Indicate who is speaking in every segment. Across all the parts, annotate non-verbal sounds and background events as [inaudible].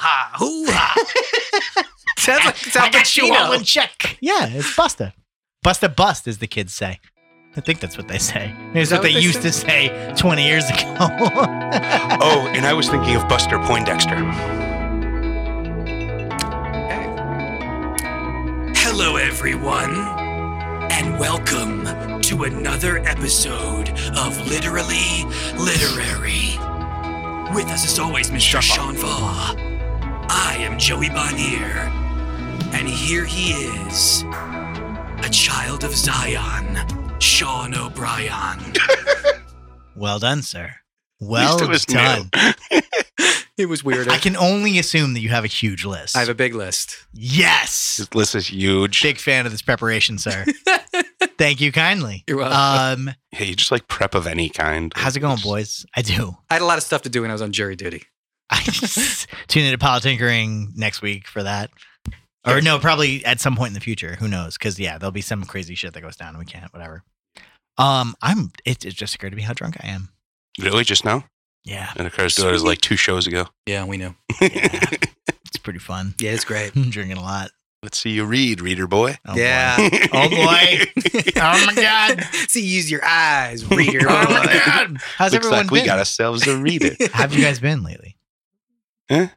Speaker 1: ha, hoo
Speaker 2: [laughs]
Speaker 1: ha. sounds like sounds like
Speaker 3: you all
Speaker 1: Chino.
Speaker 3: in check.
Speaker 2: Yeah, it's Busta. Busta Bust, as the kids say. I think that's what they say. It's
Speaker 1: that
Speaker 2: what they,
Speaker 1: what they
Speaker 2: used
Speaker 1: say?
Speaker 2: to say 20 years ago.
Speaker 4: Oh, and I was thinking of Buster Poindexter.
Speaker 1: Hello, everyone, and welcome to another episode of Literally Literary. With us, as always, Mr. Sean Vaugh. I am Joey Bonnier, and here he is, a child of Zion, Sean O'Brien.
Speaker 2: well done, sir. Well
Speaker 4: it was new.
Speaker 2: done.
Speaker 1: It was weird.
Speaker 2: I can only assume that you have a huge list.
Speaker 1: a big list.
Speaker 2: yes.
Speaker 4: This list is huge.
Speaker 2: Big fan of this preparation, sir. Thank you kindly.
Speaker 1: You're welcome.
Speaker 2: Um,
Speaker 4: Hey, you just like prep of any kind.
Speaker 2: how's it going, boys? I do.
Speaker 1: I had a lot of stuff to do when I was on jury duty.
Speaker 2: [laughs] I just tune into Politinkering next week for that. Or no, probably at some point in the future. Who knows? Because yeah, there'll be some crazy shit that goes down and we can't. Whatever. Um, I'm. It, it just occurred to me how drunk I am.
Speaker 4: Really? Just now?
Speaker 2: Yeah,
Speaker 4: It occurs to us like two shows ago.
Speaker 1: Yeah, we know.
Speaker 2: it's pretty fun. [laughs]
Speaker 1: Yeah, it's great.
Speaker 2: I'm drinking a lot.
Speaker 4: [laughs] Let's see you read, reader boy.
Speaker 2: Oh,
Speaker 1: yeah.
Speaker 2: Oh,
Speaker 4: [laughs]
Speaker 2: boy. Oh, my God.
Speaker 1: [laughs] See, use your eyes,
Speaker 2: [laughs]
Speaker 1: reader.
Speaker 2: boy. [laughs] Oh, my God. How's
Speaker 4: [laughs] Looks
Speaker 2: everyone
Speaker 4: like we
Speaker 2: been?
Speaker 4: got ourselves a reader.
Speaker 2: [laughs] Have you guys been lately?
Speaker 4: Yeah.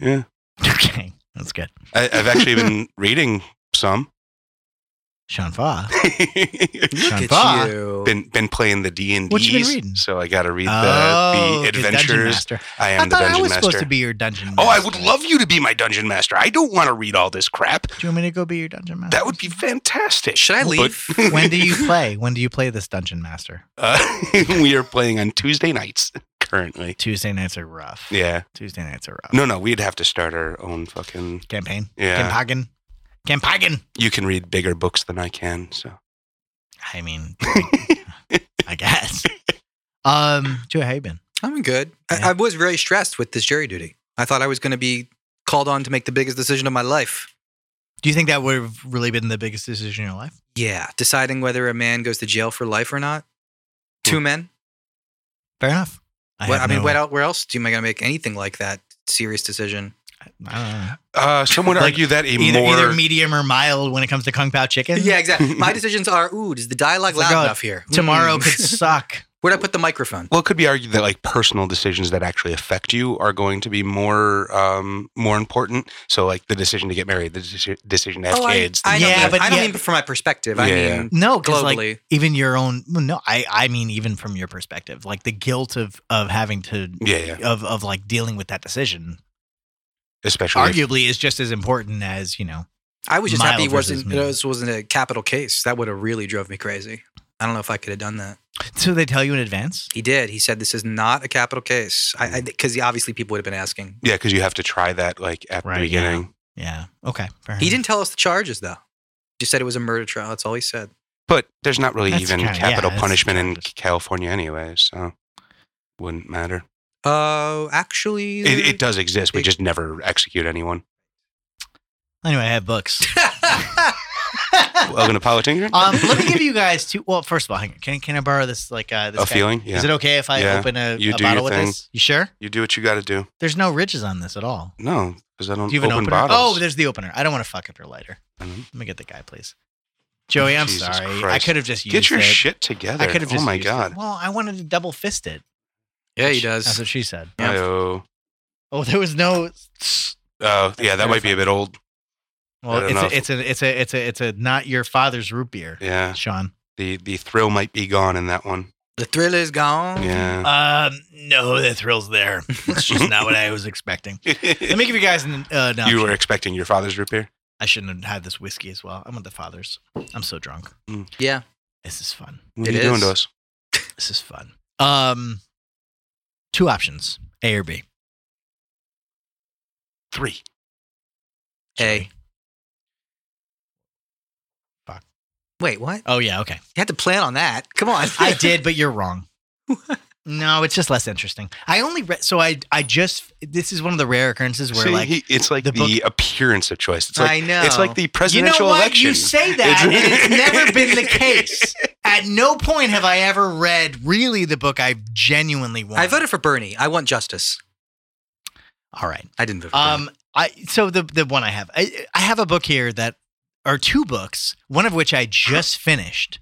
Speaker 4: Yeah.
Speaker 2: [laughs] Okay, that's good.
Speaker 4: I, I've actually been reading
Speaker 2: [laughs]
Speaker 4: some.
Speaker 2: Sean Fa.
Speaker 1: Look
Speaker 2: Sean
Speaker 1: at
Speaker 2: Fa.
Speaker 1: you.
Speaker 4: been been playing the D and
Speaker 2: What you been
Speaker 4: D's,
Speaker 2: reading?
Speaker 4: so I got to read the,
Speaker 2: Oh,
Speaker 4: the
Speaker 2: 'cause Dungeon
Speaker 4: adventures.
Speaker 2: Master.
Speaker 4: I
Speaker 2: I
Speaker 4: am
Speaker 2: thought
Speaker 4: the dungeon
Speaker 2: I was
Speaker 4: master.
Speaker 2: supposed to be your dungeon. master.
Speaker 4: Oh, I would love you to be my dungeon master. I don't want to read all this crap.
Speaker 2: Do you want me to go be your dungeon master?
Speaker 4: That would be fantastic.
Speaker 1: Should I
Speaker 4: But-
Speaker 2: [laughs]
Speaker 1: leave?
Speaker 2: when do you play? When do you play this dungeon master?
Speaker 4: Uh, [laughs] we are playing on Tuesday nights currently.
Speaker 2: Tuesday nights are rough.
Speaker 4: Yeah.
Speaker 2: Tuesday nights are rough.
Speaker 4: No, no, we'd have to start our own fucking.
Speaker 2: Campaign.
Speaker 4: Yeah.
Speaker 2: Campagen. Campagen.
Speaker 4: You can read bigger books than I can. So
Speaker 2: I mean, I guess. Um, Joe, how you been?
Speaker 1: I'm good.
Speaker 2: Yeah.
Speaker 1: I, I was very stressed with this jury duty. I thought I was going to be called on to make the biggest decision of my life.
Speaker 2: Do you think that would have really been the biggest decision in your life?
Speaker 1: Yeah, deciding whether a man goes to jail for life or not. Two men.
Speaker 2: Fair enough. I,
Speaker 1: what,
Speaker 2: have
Speaker 1: I mean,
Speaker 2: no-
Speaker 1: what, el- where else do you- am I going to make anything like that serious decision?
Speaker 2: I
Speaker 4: uh, some would
Speaker 2: Like,
Speaker 4: argue that a
Speaker 2: don't know. Either,
Speaker 4: more.
Speaker 2: either medium or mild when it comes to kung pao chicken. [laughs]
Speaker 1: Yeah, exactly. my decisions are, ooh, is the dialogue
Speaker 2: It's like,
Speaker 1: loud
Speaker 2: oh,
Speaker 1: enough here?
Speaker 2: Tomorrow
Speaker 1: Mm.
Speaker 2: could suck.
Speaker 1: [laughs] Where'd I put the microphone?
Speaker 4: well, it could be argued that like personal decisions that actually affect you are going to be more um, more important. So like the decision to get married, the deci- decision to have
Speaker 1: Oh, I,
Speaker 4: kids.
Speaker 1: I,
Speaker 4: the-
Speaker 1: don't,
Speaker 2: Yeah,
Speaker 1: mean,
Speaker 2: but
Speaker 1: I don't
Speaker 2: yeah.
Speaker 1: mean from my perspective. I
Speaker 4: Yeah, yeah.
Speaker 1: mean
Speaker 2: No, because like
Speaker 1: globally.
Speaker 2: even your own. well, No, I I mean even from your perspective, like the guilt of of having to
Speaker 4: yeah, yeah.
Speaker 2: of of like dealing with that decision
Speaker 4: Especially. if-
Speaker 2: arguably is just as important as you know
Speaker 1: I was just happy
Speaker 2: mild
Speaker 1: it
Speaker 2: versus
Speaker 1: wasn't,
Speaker 2: mild.
Speaker 1: this wasn't a capital case. That would have really drove me crazy. I don't know if I could have done that.
Speaker 2: so they tell you in advance
Speaker 1: He did. He said this is not a capital case. I
Speaker 2: Hmm.
Speaker 1: because obviously people would have been asking.
Speaker 4: yeah, because you have to try that like at
Speaker 2: Right,
Speaker 4: the
Speaker 2: yeah.
Speaker 4: beginning.
Speaker 2: yeah okay fair
Speaker 1: He
Speaker 2: enough.
Speaker 1: didn't tell us the charges though. He said it was a murder trial. That's all he said.
Speaker 4: But there's not really
Speaker 2: That's
Speaker 4: even
Speaker 2: kinda- yeah,
Speaker 4: capital
Speaker 2: that's-
Speaker 4: punishment in California anyway, so wouldn't matter.
Speaker 1: Oh, actually,
Speaker 4: It, it does exist. We
Speaker 1: It-
Speaker 4: just never execute anyone.
Speaker 2: anyway i have
Speaker 4: [laughs]
Speaker 2: books
Speaker 4: Welcome
Speaker 2: [laughs]
Speaker 4: to Politinker.
Speaker 2: um let me give you guys two well first of all hang on. can can i borrow this like uh this
Speaker 4: a
Speaker 2: guy-
Speaker 4: feeling.
Speaker 2: is
Speaker 4: Yeah.
Speaker 2: it okay if i
Speaker 4: Yeah.
Speaker 2: open a,
Speaker 4: You
Speaker 2: a
Speaker 4: do your
Speaker 2: bottle with
Speaker 4: thing.
Speaker 2: this you sure
Speaker 4: You do what you got to do.
Speaker 2: there's no ridges on this at all
Speaker 4: No, because I don't
Speaker 2: do you have
Speaker 4: open
Speaker 2: an opener
Speaker 4: bottles.
Speaker 2: oh there's the opener i don't want to fuck up your lighter
Speaker 4: Mhm.
Speaker 2: let me get the guy please joey i'm
Speaker 4: Jesus
Speaker 2: sorry i
Speaker 4: Christ.
Speaker 2: could have just used
Speaker 4: Get your
Speaker 2: it.
Speaker 4: shit together.
Speaker 2: i could have
Speaker 4: oh
Speaker 2: just
Speaker 4: my
Speaker 2: used it.
Speaker 4: god.
Speaker 2: well i wanted to double fist it
Speaker 1: [laughs] yeah, he
Speaker 2: that's
Speaker 1: does.
Speaker 2: what she said
Speaker 1: Yeah.
Speaker 4: Oh,
Speaker 2: oh there was no
Speaker 4: oh yeah, that might be a bit old. I
Speaker 2: Well,
Speaker 4: don't
Speaker 2: it's
Speaker 4: know
Speaker 2: a,
Speaker 4: if-
Speaker 2: it's a it's a it's a it's a not your father's root beer,
Speaker 4: Yeah,
Speaker 2: Sean.
Speaker 4: the the thrill might be gone in that one.
Speaker 1: The thrill is gone.
Speaker 4: Yeah.
Speaker 2: Um, no, the thrill's there. It's just not what I
Speaker 4: [laughs]
Speaker 2: was expecting. Let me give you guys an uh, no.
Speaker 4: you were expecting your father's repair.
Speaker 2: I shouldn't have had this whiskey as well. I'm with the fathers. I'm so drunk.
Speaker 4: Mm.
Speaker 1: Yeah.
Speaker 2: This is fun.
Speaker 4: What
Speaker 1: It
Speaker 4: are you doing
Speaker 1: is.
Speaker 4: to us?
Speaker 2: This is fun. Um, two options: A or B.
Speaker 4: Three.
Speaker 1: Hey,
Speaker 2: Fuck.
Speaker 1: Wait, what?
Speaker 2: Oh yeah, okay.
Speaker 1: You had to plan on that. Come on.
Speaker 3: [laughs]
Speaker 1: [laughs]
Speaker 2: I did, but you're wrong. No, it's just less interesting. I only read, so I I just this is one of the rare occurrences where
Speaker 4: See,
Speaker 2: like
Speaker 4: he- it's like
Speaker 2: the
Speaker 4: the,
Speaker 2: book-
Speaker 4: appearance of choice. It's like
Speaker 1: I know.
Speaker 4: It's like the presidential
Speaker 2: you know
Speaker 4: election.
Speaker 2: What? You say that, and
Speaker 4: It's-
Speaker 2: it's never been
Speaker 4: [laughs]
Speaker 2: the case. At no point have I ever read really the book I genuinely want.
Speaker 1: I voted for Bernie. I want justice.
Speaker 2: All right.
Speaker 3: I didn't vote for
Speaker 2: Um, I so the the one I have, I I have a book here that are two books, one of which I just finished.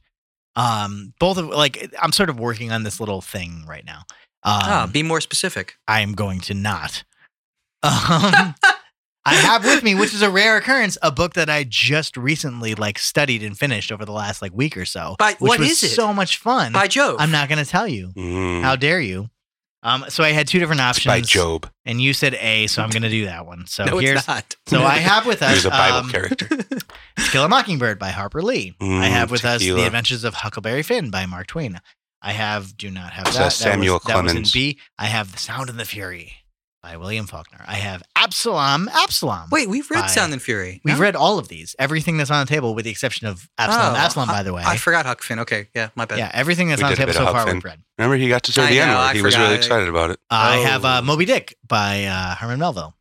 Speaker 2: Um, both of like I'm sort of working on this little thing right now. Um,
Speaker 3: Brown. ah, be more specific.
Speaker 2: I am going to not. Um, I have with me, which is a rare occurrence, a book that I just recently like studied and finished over the last like week or so.
Speaker 3: By-
Speaker 2: which
Speaker 3: what
Speaker 2: was
Speaker 3: is it?
Speaker 2: So much fun.
Speaker 3: By Hmm. Jove.
Speaker 2: I'm not going to tell you.
Speaker 4: Mm.
Speaker 2: How dare you? Um, so I had two different
Speaker 4: It's
Speaker 2: options.
Speaker 4: by Job.
Speaker 2: And you said A, so I'm going to do that one. So
Speaker 3: [laughs] No,
Speaker 2: here's
Speaker 3: it's not.
Speaker 2: so
Speaker 3: [laughs]
Speaker 2: I have with us
Speaker 4: He's a Bible
Speaker 2: um,
Speaker 4: character.
Speaker 2: To Kill a Mockingbird by Harper Lee. I
Speaker 4: Mm,
Speaker 2: have with us
Speaker 4: tequila.
Speaker 2: The Adventures of Huckleberry Finn by Mark Twain. I have Do Not Have That.
Speaker 4: Says
Speaker 2: That was-
Speaker 4: Samuel
Speaker 2: that was,
Speaker 4: Clemens.
Speaker 2: in B. I have The Sound and the Fury by William Faulkner. I have Absalom. Absalom.
Speaker 3: Wait, we've read
Speaker 2: By-
Speaker 3: Sound and Fury.
Speaker 2: We've
Speaker 3: No?
Speaker 2: read all of these. Everything that's on the table, with the exception of Absalom.
Speaker 3: Oh,
Speaker 2: Absalom, by the way.
Speaker 3: I forgot Huck Finn. Okay, yeah, my bad.
Speaker 2: yeah, everything that's
Speaker 4: We
Speaker 2: on the
Speaker 4: did
Speaker 2: table
Speaker 4: a bit
Speaker 2: so
Speaker 4: of Huck
Speaker 2: far
Speaker 4: Finn.
Speaker 2: we've read.
Speaker 4: Remember, he got to say
Speaker 3: I
Speaker 4: the
Speaker 3: know,
Speaker 4: N
Speaker 3: I
Speaker 4: word. He was really
Speaker 3: forgot.
Speaker 4: excited about it.
Speaker 2: I have uh,
Speaker 3: Oh.
Speaker 2: Moby Dick by uh, Herman Melville.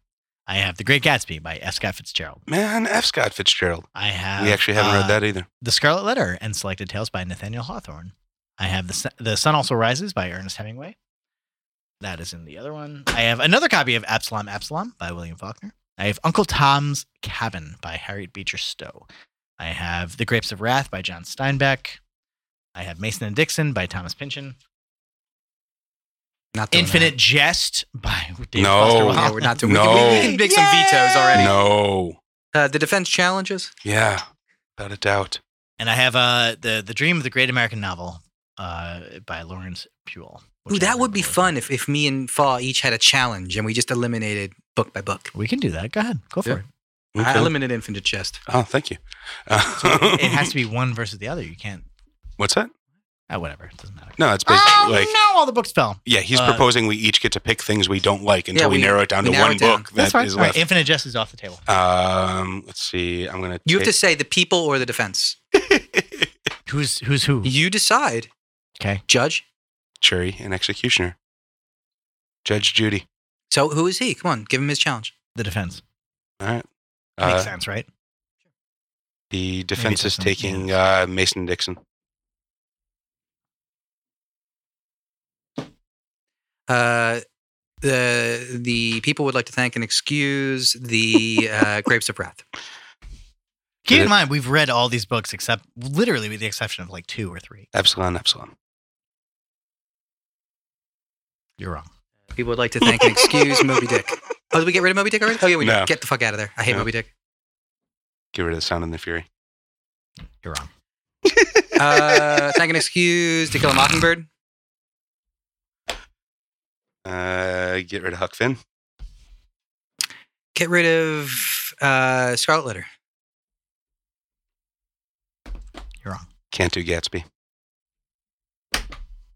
Speaker 2: I have The Great Gatsby by F. Scott Fitzgerald.
Speaker 4: Man, F. Scott Fitzgerald.
Speaker 2: I have.
Speaker 4: We actually haven't
Speaker 2: uh,
Speaker 4: read that either.
Speaker 2: The Scarlet Letter and Selected Tales by Nathaniel Hawthorne. I have the Sun, the Sun Also Rises by Ernest Hemingway. That is in the other one. I have another copy of Absalom Absalom by William Faulkner. I have Uncle Tom's Cabin by Harriet Beecher Stowe. I have The Grapes of Wrath by John Steinbeck. I have Mason and Dixon by Thomas Pynchon.
Speaker 3: Not doing
Speaker 2: Infinite Jest by David Foster
Speaker 4: No.
Speaker 3: that.
Speaker 2: Wallace.
Speaker 3: Yeah, we're not doing.
Speaker 4: No.
Speaker 3: We, can, we can make some
Speaker 2: Yay!
Speaker 3: vetoes already.
Speaker 4: No.
Speaker 3: Uh, the defense challenges.
Speaker 4: Yeah, without a doubt.
Speaker 2: And I have uh, the the Dream of the Great American Novel uh, by Lawrence Puel. which
Speaker 3: Ooh,
Speaker 2: I
Speaker 3: that would be
Speaker 2: really-
Speaker 3: fun if, if me and Fa each had a challenge and we just eliminated book by book.
Speaker 2: We can do that. Go ahead, go for
Speaker 3: Yeah.
Speaker 2: it.
Speaker 3: I
Speaker 4: Okay.
Speaker 3: eliminated Infinite Chest.
Speaker 4: Oh, thank you.
Speaker 2: it has to be one versus the other. You can't.
Speaker 4: [laughs] What's that?
Speaker 2: Uh, whatever. It doesn't matter.
Speaker 4: No, it's basically
Speaker 2: Oh,
Speaker 4: [laughs] like
Speaker 2: no, all the books fell.
Speaker 4: yeah. He's
Speaker 2: Uh,
Speaker 4: proposing we each get to pick things we don't like until
Speaker 3: Yeah,
Speaker 4: we,
Speaker 3: we-
Speaker 4: narrow it down
Speaker 3: we
Speaker 4: to
Speaker 3: narrow
Speaker 4: one
Speaker 3: it down.
Speaker 4: book
Speaker 2: That's
Speaker 4: that
Speaker 2: fine.
Speaker 4: is
Speaker 2: All right,
Speaker 4: left.
Speaker 2: Infinite Jest is off the table.
Speaker 4: Um, let's see. I'm gonna.
Speaker 3: You have to
Speaker 4: take-
Speaker 3: say the people or the defense.
Speaker 4: [laughs]
Speaker 2: Who's who's who?
Speaker 3: You decide.
Speaker 2: Hmm. Okay.
Speaker 3: Judge.
Speaker 4: jury and executioner. Judge Judy.
Speaker 3: So who is he? Come on, give him his challenge.
Speaker 2: The defense.
Speaker 4: All right.
Speaker 2: Makes
Speaker 4: Uh,
Speaker 2: sense, right?
Speaker 4: the defense is
Speaker 2: Dixon,
Speaker 4: taking uh, Mason Dixon.
Speaker 3: Uh, the the people would like to thank and excuse the uh, Grapes of Wrath.
Speaker 2: Keep
Speaker 4: it-
Speaker 2: in mind, we've read all these books except literally with the exception of like two or three.
Speaker 4: Epsilon,
Speaker 2: [laughs]
Speaker 4: Epsilon.
Speaker 2: You're wrong.
Speaker 3: People would like to thank and
Speaker 4: [laughs]
Speaker 3: excuse Moby Dick. Oh, did we get rid of Moby Dick already? Oh yeah, we
Speaker 4: No.
Speaker 3: did. Get the fuck out of there. I hate
Speaker 4: No.
Speaker 3: Moby Dick.
Speaker 4: Get rid of the sound and the fury.
Speaker 2: You're wrong.
Speaker 3: Uh, thank and excuse To Kill a Mockingbird.
Speaker 4: Uh, get rid of Huck Finn.
Speaker 3: Get rid of uh, Scarlet Letter.
Speaker 2: You're wrong.
Speaker 4: Can't do Gatsby.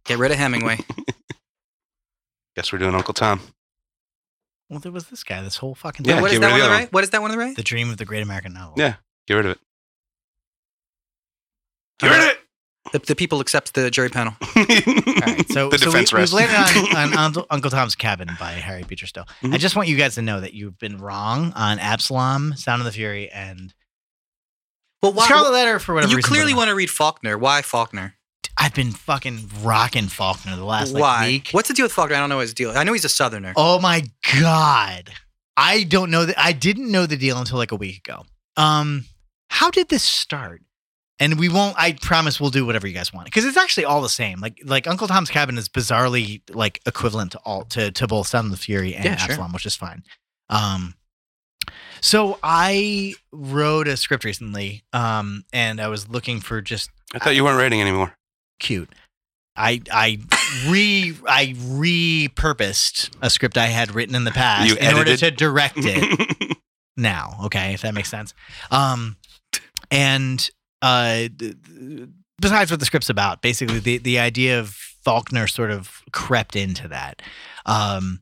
Speaker 3: Get rid of Hemingway.
Speaker 4: Guess we're doing Uncle Tom.
Speaker 2: Well, there was this guy. This whole fucking
Speaker 4: Yeah,
Speaker 3: what
Speaker 4: get
Speaker 3: is
Speaker 4: rid
Speaker 3: that
Speaker 4: of
Speaker 3: one
Speaker 4: the
Speaker 3: on the
Speaker 4: other
Speaker 3: right? What is that one on the right?
Speaker 2: The Dream of the Great American Novel.
Speaker 4: Yeah. Get rid of it. Get rid of [laughs] it.
Speaker 3: The, the people accept the jury panel.
Speaker 2: All right, so,
Speaker 4: [laughs] the
Speaker 2: so
Speaker 4: defense
Speaker 2: we,
Speaker 4: rest.
Speaker 2: we've landed
Speaker 4: [laughs]
Speaker 2: on, on Uncle, Uncle Tom's Cabin by Harry Beecher Stowe. I
Speaker 4: Mhm.
Speaker 2: just want you guys to know that you've been wrong on Absalom, Sound of the Fury, and
Speaker 3: Well, why?
Speaker 2: Scarlet Letter for whatever
Speaker 3: you
Speaker 2: reason.
Speaker 3: clearly
Speaker 2: went
Speaker 3: want to read Faulkner. Why Faulkner?
Speaker 2: I've been fucking rocking Faulkner the last like,
Speaker 3: Why?
Speaker 2: week.
Speaker 3: What's the deal with Faulkner? I don't know his deal. I know he's a Southerner.
Speaker 2: Oh my god! I don't know that. I didn't know the deal until like a week ago. Um, how did this start? And we won't. I promise we'll do whatever you guys want because it's actually all the same. Like like Uncle Tom's Cabin is bizarrely like equivalent to all to to both Sound of the Fury and
Speaker 3: Yeah, sure.
Speaker 2: Absalom, which is fine. Um, so I wrote a script recently, um, and I was looking for just
Speaker 4: I thought you weren't writing anymore.
Speaker 2: cute. I I re I repurposed a script I had written in the past
Speaker 4: You
Speaker 2: in order
Speaker 4: edited?
Speaker 2: to direct
Speaker 4: [laughs]
Speaker 2: it now. Okay, if that makes sense. Um, and uh, th- th- besides what the script's about, basically the the idea of Faulkner sort of crept into that. Um,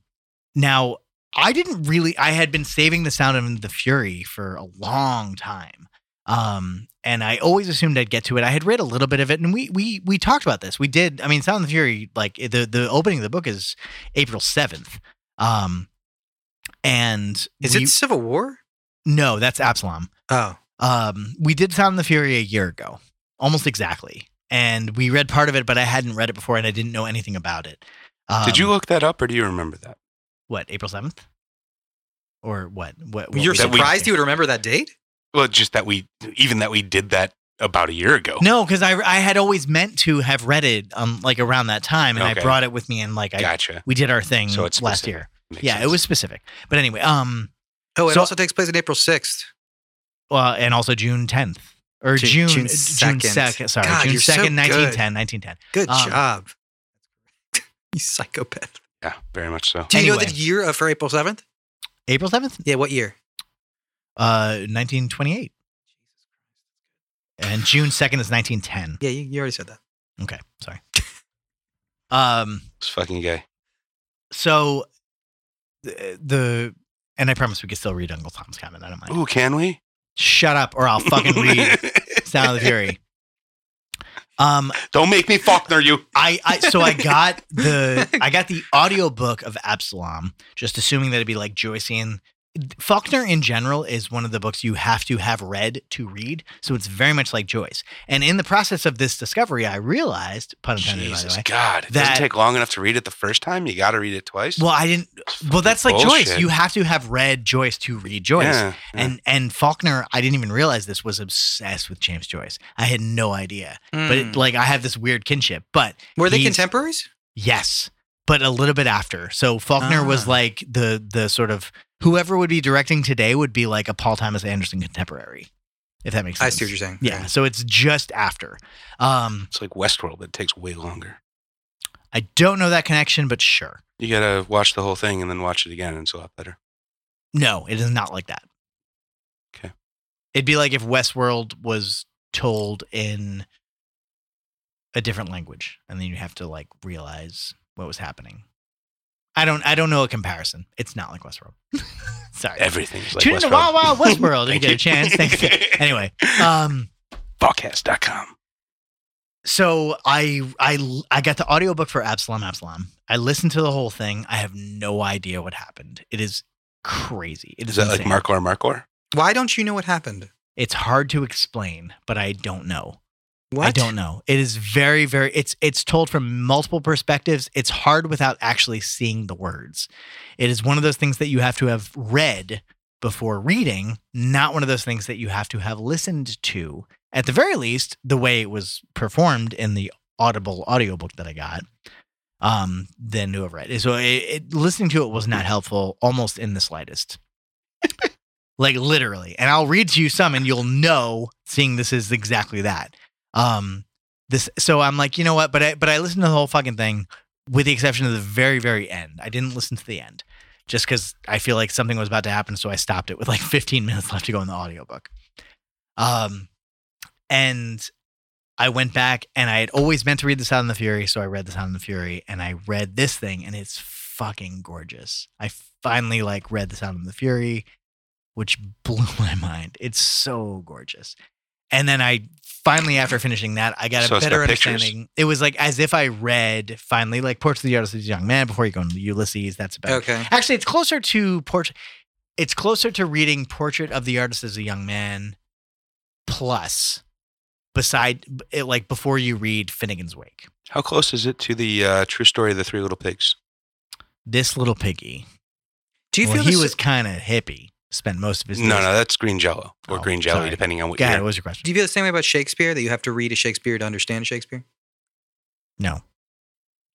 Speaker 2: now I didn't really. I had been saving the sound of the Fury for a long time. Um, and I always assumed I'd get to it. I had read a little bit of it, and we we we talked about this. We did. I mean, Sound of the Fury, like the the opening of the book is April seventh. Um, and
Speaker 3: is
Speaker 2: we-
Speaker 3: it Civil War?
Speaker 2: no, that's Absalom.
Speaker 3: Oh,
Speaker 2: Um, we did Sound and the Fury a year ago, almost exactly, and we read part of it, but I hadn't read it before, and I didn't know anything about it. Um,
Speaker 4: Did you look that up or do you remember that?
Speaker 2: what April seventh? or what? What, what
Speaker 3: You're
Speaker 2: we-
Speaker 4: That we-
Speaker 3: surprised you would remember that date?
Speaker 4: Well, just that we even that we did that about a year ago.
Speaker 2: No, because I I had always meant to have read it um like around that time, and
Speaker 4: Okay.
Speaker 2: I brought it with me, and like I
Speaker 4: Gotcha.
Speaker 2: we did our thing
Speaker 4: So it's
Speaker 2: last
Speaker 4: specific.
Speaker 2: year.
Speaker 4: Makes
Speaker 2: Yeah, it
Speaker 4: sense.
Speaker 2: was specific. But anyway, um,
Speaker 3: Oh, it
Speaker 2: So-
Speaker 3: also takes place on April 6th.
Speaker 2: well, and also June tenth or
Speaker 3: Ju-
Speaker 2: June
Speaker 3: June
Speaker 2: June
Speaker 3: 2nd.
Speaker 2: second. Sorry,
Speaker 3: God,
Speaker 2: June
Speaker 3: you're so
Speaker 2: second,
Speaker 3: good.
Speaker 2: 1910, 1910.
Speaker 3: Good
Speaker 2: Um,
Speaker 3: job. you psychopath.
Speaker 4: Yeah, very much so.
Speaker 3: Do you know the
Speaker 2: Anyway.
Speaker 3: year of for April 7th?
Speaker 2: April seventh,
Speaker 3: Yeah, what year?
Speaker 2: uh, nineteen twenty eight, and June second is nineteen ten.
Speaker 3: Yeah, you, you already said that.
Speaker 2: Okay, sorry. [laughs] um,
Speaker 4: This fucking guy.
Speaker 2: so the, the and I promise we can still read Uncle Tom's comment. I don't mind.
Speaker 4: Ooh, can we?
Speaker 2: Shut up, or I'll fucking
Speaker 4: [laughs]
Speaker 2: read Sound of the Fury. Um,
Speaker 4: Don't make me Faulkner you.
Speaker 2: I, I so I
Speaker 4: [laughs]
Speaker 2: got the I got the audiobook of Absalom, just assuming that it'd be like Joycean. Faulkner in general is one of the books you have to have read to read, so it's very much like Joyce. And in the process of this discovery, I realized, pun intended, by
Speaker 4: Jesus
Speaker 2: the way.
Speaker 4: God. It
Speaker 2: That-
Speaker 4: doesn't take long enough to read it the first time. You gotta read it twice.
Speaker 2: Well, I didn't.
Speaker 4: It's
Speaker 2: Well, that's like
Speaker 4: fucking
Speaker 2: Joyce.
Speaker 4: bullshit.
Speaker 2: You have to have read Joyce to read Joyce.
Speaker 4: Yeah, yeah.
Speaker 2: And and Faulkner, I didn't even realize this was obsessed with James Joyce. I had no idea, but
Speaker 4: Hmm.
Speaker 2: it, like I have this weird kinship. But
Speaker 3: Hmm. Were they
Speaker 2: he's-
Speaker 3: contemporaries?
Speaker 2: Yes, but a little bit after. So Faulkner was
Speaker 3: Ah.
Speaker 2: like the the sort of whoever would be directing today would be like a Paul Thomas Anderson contemporary, if that makes
Speaker 3: I
Speaker 2: sense.
Speaker 3: see what you're saying.
Speaker 2: Yeah, so it's just after. Um,
Speaker 4: it's like Westworld. It takes way longer.
Speaker 2: I don't know that connection, but sure.
Speaker 4: You gotta watch the whole thing and then watch it again, and it's a lot better.
Speaker 2: No, it is not like that.
Speaker 4: Okay.
Speaker 2: It'd be like if Westworld was told in a different language, and then you have to like realize what was happening. I don't. I don't know a comparison. It's not like Westworld. [laughs] Sorry.
Speaker 4: Everything's like
Speaker 2: Tune into
Speaker 4: Westworld.
Speaker 2: Wild Wild
Speaker 4: [laughs]
Speaker 2: Westworld if you
Speaker 4: Thank
Speaker 2: get a
Speaker 4: [laughs]
Speaker 2: chance. Thanks. anyway, um,
Speaker 4: Podcast.com.
Speaker 2: so I I I got the audiobook for Absalom Absalom. I listened to the whole thing. I have no idea what happened. It is crazy. It is,
Speaker 4: Is that like
Speaker 2: insane.
Speaker 4: Markor Markor?
Speaker 3: Why don't you know what happened?
Speaker 2: It's hard to explain, but I don't know.
Speaker 3: What?
Speaker 2: I don't know. It is very, very. It's it's told from multiple perspectives. It's hard without actually seeing the words. It is one of those things that you have to have read before reading, not one of those things that you have to have listened to. At the very least, the way it was performed in the Audible audiobook that I got, um, than to have read. So it, it, listening to it was not helpful, almost in the slightest. like literally, and I'll read to you some, and you'll know, seeing this is exactly that um this so i'm like you know what but i but i listened to the whole fucking thing with the exception of the very very end i didn't listen to the end just because i feel like something was about to happen so i stopped it with like [laughs] 15 minutes left to go in the audiobook um and i went back and i had always meant to read the sound of the fury so i read the sound of the fury and i read this thing and it's fucking gorgeous i finally like read the sound of the fury which [laughs] blew my mind it's so gorgeous and then i finally after finishing that i got a
Speaker 4: So it's got
Speaker 2: better
Speaker 4: pictures?
Speaker 2: understanding it was like as if i read finally like portrait of the artist of the young man before you go into ulysses that's about
Speaker 3: Okay.
Speaker 2: Actually, it's closer to portrait. It's closer to reading Portrait of the Artist as a Young Man, plus, beside it, like before you read Finnegan's Wake.
Speaker 4: How close is it to the uh, true story of the three little pigs?
Speaker 2: This little piggy.
Speaker 3: Do you
Speaker 2: well,
Speaker 3: feel
Speaker 2: he
Speaker 3: this-
Speaker 2: was kind of hippie. Spent most of his
Speaker 4: No,
Speaker 2: days-
Speaker 4: no, that's green jello or
Speaker 2: Oh,
Speaker 4: green jelly,
Speaker 2: sorry.
Speaker 4: depending on what
Speaker 2: God,
Speaker 4: you're.
Speaker 2: what was your question?
Speaker 3: Do you feel the same way about Shakespeare that you have to read a Shakespeare to understand Shakespeare?
Speaker 2: no,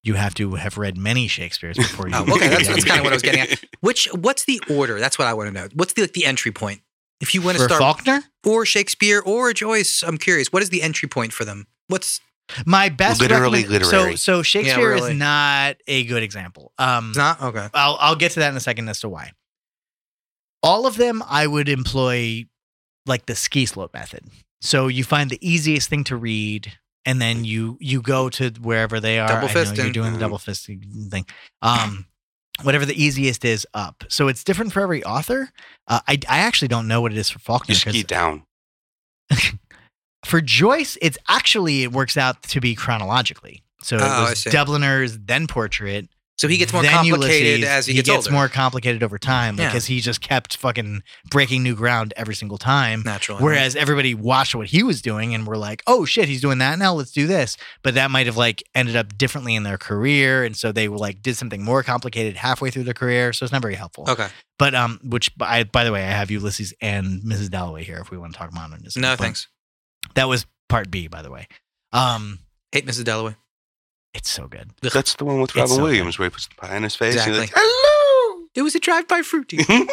Speaker 2: you have to have read many Shakespeare's before you.
Speaker 3: Oh, okay, that's-
Speaker 2: Yeah.
Speaker 3: that's kinda what I was
Speaker 2: [laughs]
Speaker 3: getting at. Which what's the order? That's what I want to know. What's the like the entry point? If you want to
Speaker 2: For
Speaker 3: start
Speaker 2: Faulkner,
Speaker 3: or Shakespeare or Joyce, I'm curious. What is the entry point for them? What's
Speaker 2: my best
Speaker 4: Literally
Speaker 2: recommend-
Speaker 4: literary.
Speaker 2: So, so Shakespeare
Speaker 3: really.
Speaker 2: is not a good example. Um,
Speaker 3: it's not okay?
Speaker 2: I'll I'll get to that in a second as to why. All of them I would employ like the ski slope method. So you find the easiest thing to read and then you you go to wherever they are.
Speaker 3: Double
Speaker 2: I know You're
Speaker 3: fisting. Mm-hmm.
Speaker 2: doing the double fisting thing. Um whatever the easiest is up. So it's different for every author. Uh, I I actually don't know what it is for Faulkner
Speaker 4: You
Speaker 2: 'cause
Speaker 4: ski down.
Speaker 2: for Joyce, it's actually it works out to be chronologically. So it
Speaker 3: Oh, I
Speaker 2: was
Speaker 3: see.
Speaker 2: Dubliners, then Portrait,
Speaker 3: So he gets more
Speaker 2: Then
Speaker 3: complicated
Speaker 2: Ulysses,
Speaker 3: as he, gets,
Speaker 2: gets
Speaker 3: older.
Speaker 2: more complicated over time
Speaker 3: Yeah.
Speaker 2: because he just kept fucking breaking new ground every single time.
Speaker 3: natural.
Speaker 2: Whereas everybody watched what he was doing and were like, "Oh shit, he's doing that now. Let's do this." But that might have like ended up differently in their career, and so they were like did something more complicated halfway through their career. So it's not very helpful.
Speaker 3: okay,
Speaker 2: But um, which by, by the way, I have Ulysses and Mrs. Dalloway here if we want to talk modernism.
Speaker 3: no
Speaker 2: But
Speaker 3: thanks.
Speaker 2: That was part B, by the way. Um,
Speaker 3: Hate Mrs. Dalloway.
Speaker 2: it's so good.
Speaker 4: That's the one with
Speaker 2: It's
Speaker 4: Robin
Speaker 2: so
Speaker 4: Williams where he puts the pie in his face. And he's like,
Speaker 3: It was a drive-by fruity.
Speaker 4: [laughs] Hello.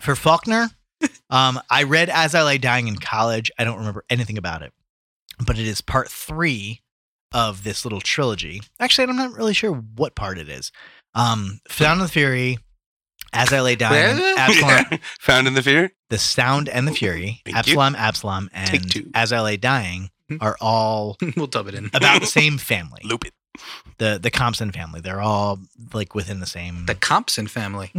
Speaker 2: For Faulkner,
Speaker 4: [laughs]
Speaker 2: um, I read As I Lay Dying in college. I don't remember anything about it, but it is part three of this little trilogy. Actually, I'm not really sure what part it is. Um, Sound of the Fury, As I Lay Dying,
Speaker 3: Where?
Speaker 4: [laughs]
Speaker 2: Absalom,
Speaker 4: Found in the fear.
Speaker 2: The Sound and the Fury,
Speaker 4: Thank you.
Speaker 2: Absalom, Absalom,
Speaker 4: Take two. Hmm.
Speaker 2: and As I Lay Dying
Speaker 3: Mhm.
Speaker 2: are all
Speaker 4: [laughs]
Speaker 3: we'll dub it in.
Speaker 2: about the same family.
Speaker 4: Loop it.
Speaker 2: the the Compson family. They're all like within the same.
Speaker 3: The Compson family.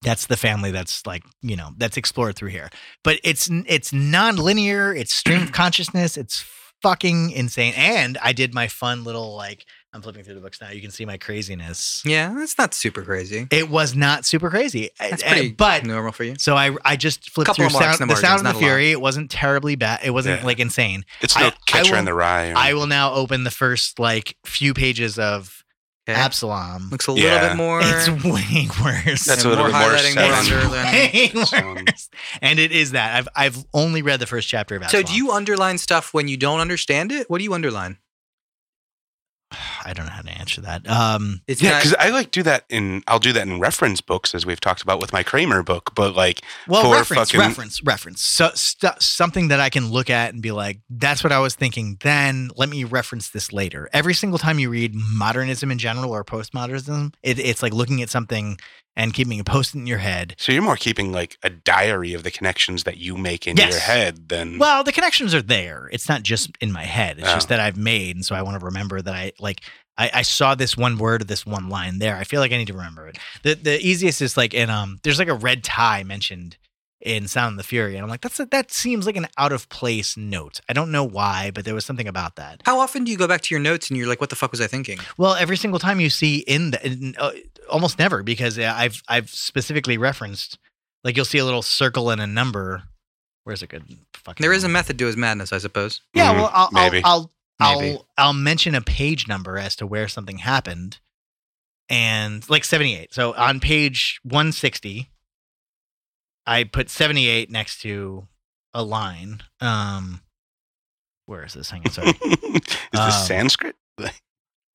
Speaker 2: that's the family that's like you know that's explored through here. But it's it's non-linear. It's stream
Speaker 3: [clears throat]
Speaker 2: of consciousness. It's fucking insane. And I did my fun little like I'm flipping through the books now. You can see my craziness.
Speaker 3: Yeah, that's not super crazy.
Speaker 2: It was not super crazy,
Speaker 3: That's
Speaker 2: Uh,
Speaker 3: pretty
Speaker 2: but.
Speaker 3: normal for you.
Speaker 2: So I I just flipped
Speaker 3: Couple of
Speaker 2: through
Speaker 3: marks
Speaker 2: sound,
Speaker 3: in
Speaker 2: the
Speaker 3: the
Speaker 2: sound
Speaker 3: margins,
Speaker 2: of
Speaker 3: not
Speaker 2: the
Speaker 3: a lot.
Speaker 2: fury. It wasn't terribly bad. It wasn't
Speaker 4: Yeah.
Speaker 2: like insane.
Speaker 4: It's no
Speaker 2: I- I
Speaker 4: Catcher
Speaker 2: will-
Speaker 4: in the Rye. Or,
Speaker 2: I will now open the first like few pages of
Speaker 3: Okay.
Speaker 2: Absalom.
Speaker 3: Looks a little
Speaker 4: Yeah.
Speaker 3: bit more.
Speaker 2: It's [laughs] way worse.
Speaker 4: That's
Speaker 3: and
Speaker 4: a little
Speaker 3: more
Speaker 4: bit more
Speaker 3: highlighting,
Speaker 2: sound.
Speaker 3: more
Speaker 2: [laughs] way
Speaker 3: underlining.
Speaker 4: Um,
Speaker 2: worse. And it is that. I've I've only read the first chapter of
Speaker 3: So
Speaker 2: Absalom.
Speaker 3: do you underline stuff when you don't understand it? What do you underline?
Speaker 2: [sighs] I don't know how to answer that. Um,
Speaker 3: It's
Speaker 4: yeah,
Speaker 3: not-
Speaker 4: because I like do that in. I'll do that in reference books, as we've talked about with my Kramer book. But like,
Speaker 2: well,
Speaker 4: For
Speaker 2: reference,
Speaker 4: fucking-
Speaker 2: reference, reference. So stu something that I can look at and be like, that's what I was thinking. Then let me reference this later. Every single time you read modernism in general or postmodernism, it, it's like looking at something and keeping a post in your head.
Speaker 4: so you're more keeping like a diary of the connections that you make in
Speaker 2: Yes.
Speaker 4: your head than.
Speaker 2: Well, the connections are there. It's not just in my head. It's
Speaker 4: Oh.
Speaker 2: just that I've made, and so I want to remember that I like I, I saw this one word or this one line there. I feel like I need to remember it. The the easiest is like in um there's like a red tie mentioned in Sound of the Fury, and I'm like that's a, that seems like an out of place note. I don't know why, but there was something about that.
Speaker 3: how often do you go back to your notes and you're like, "What the fuck was I thinking?"
Speaker 2: Well, every single time you see in the in, uh, almost never because uh, I've I've specifically referenced like you'll see a little circle and a number. Where's a good fucking
Speaker 3: There is a method to his madness, I suppose.
Speaker 2: Yeah,
Speaker 4: Mhm,
Speaker 2: well, I'll,
Speaker 4: maybe.
Speaker 2: I'll, I'll,
Speaker 3: Maybe.
Speaker 2: I'll, I'll mention a page number as to where something happened, and like seventy-eight. So on page one sixty, I put seventy-eight next to a line. Um, where is this? Hang on,
Speaker 4: [laughs]
Speaker 2: sorry.
Speaker 4: [laughs] is this
Speaker 2: Um,
Speaker 4: Sanskrit?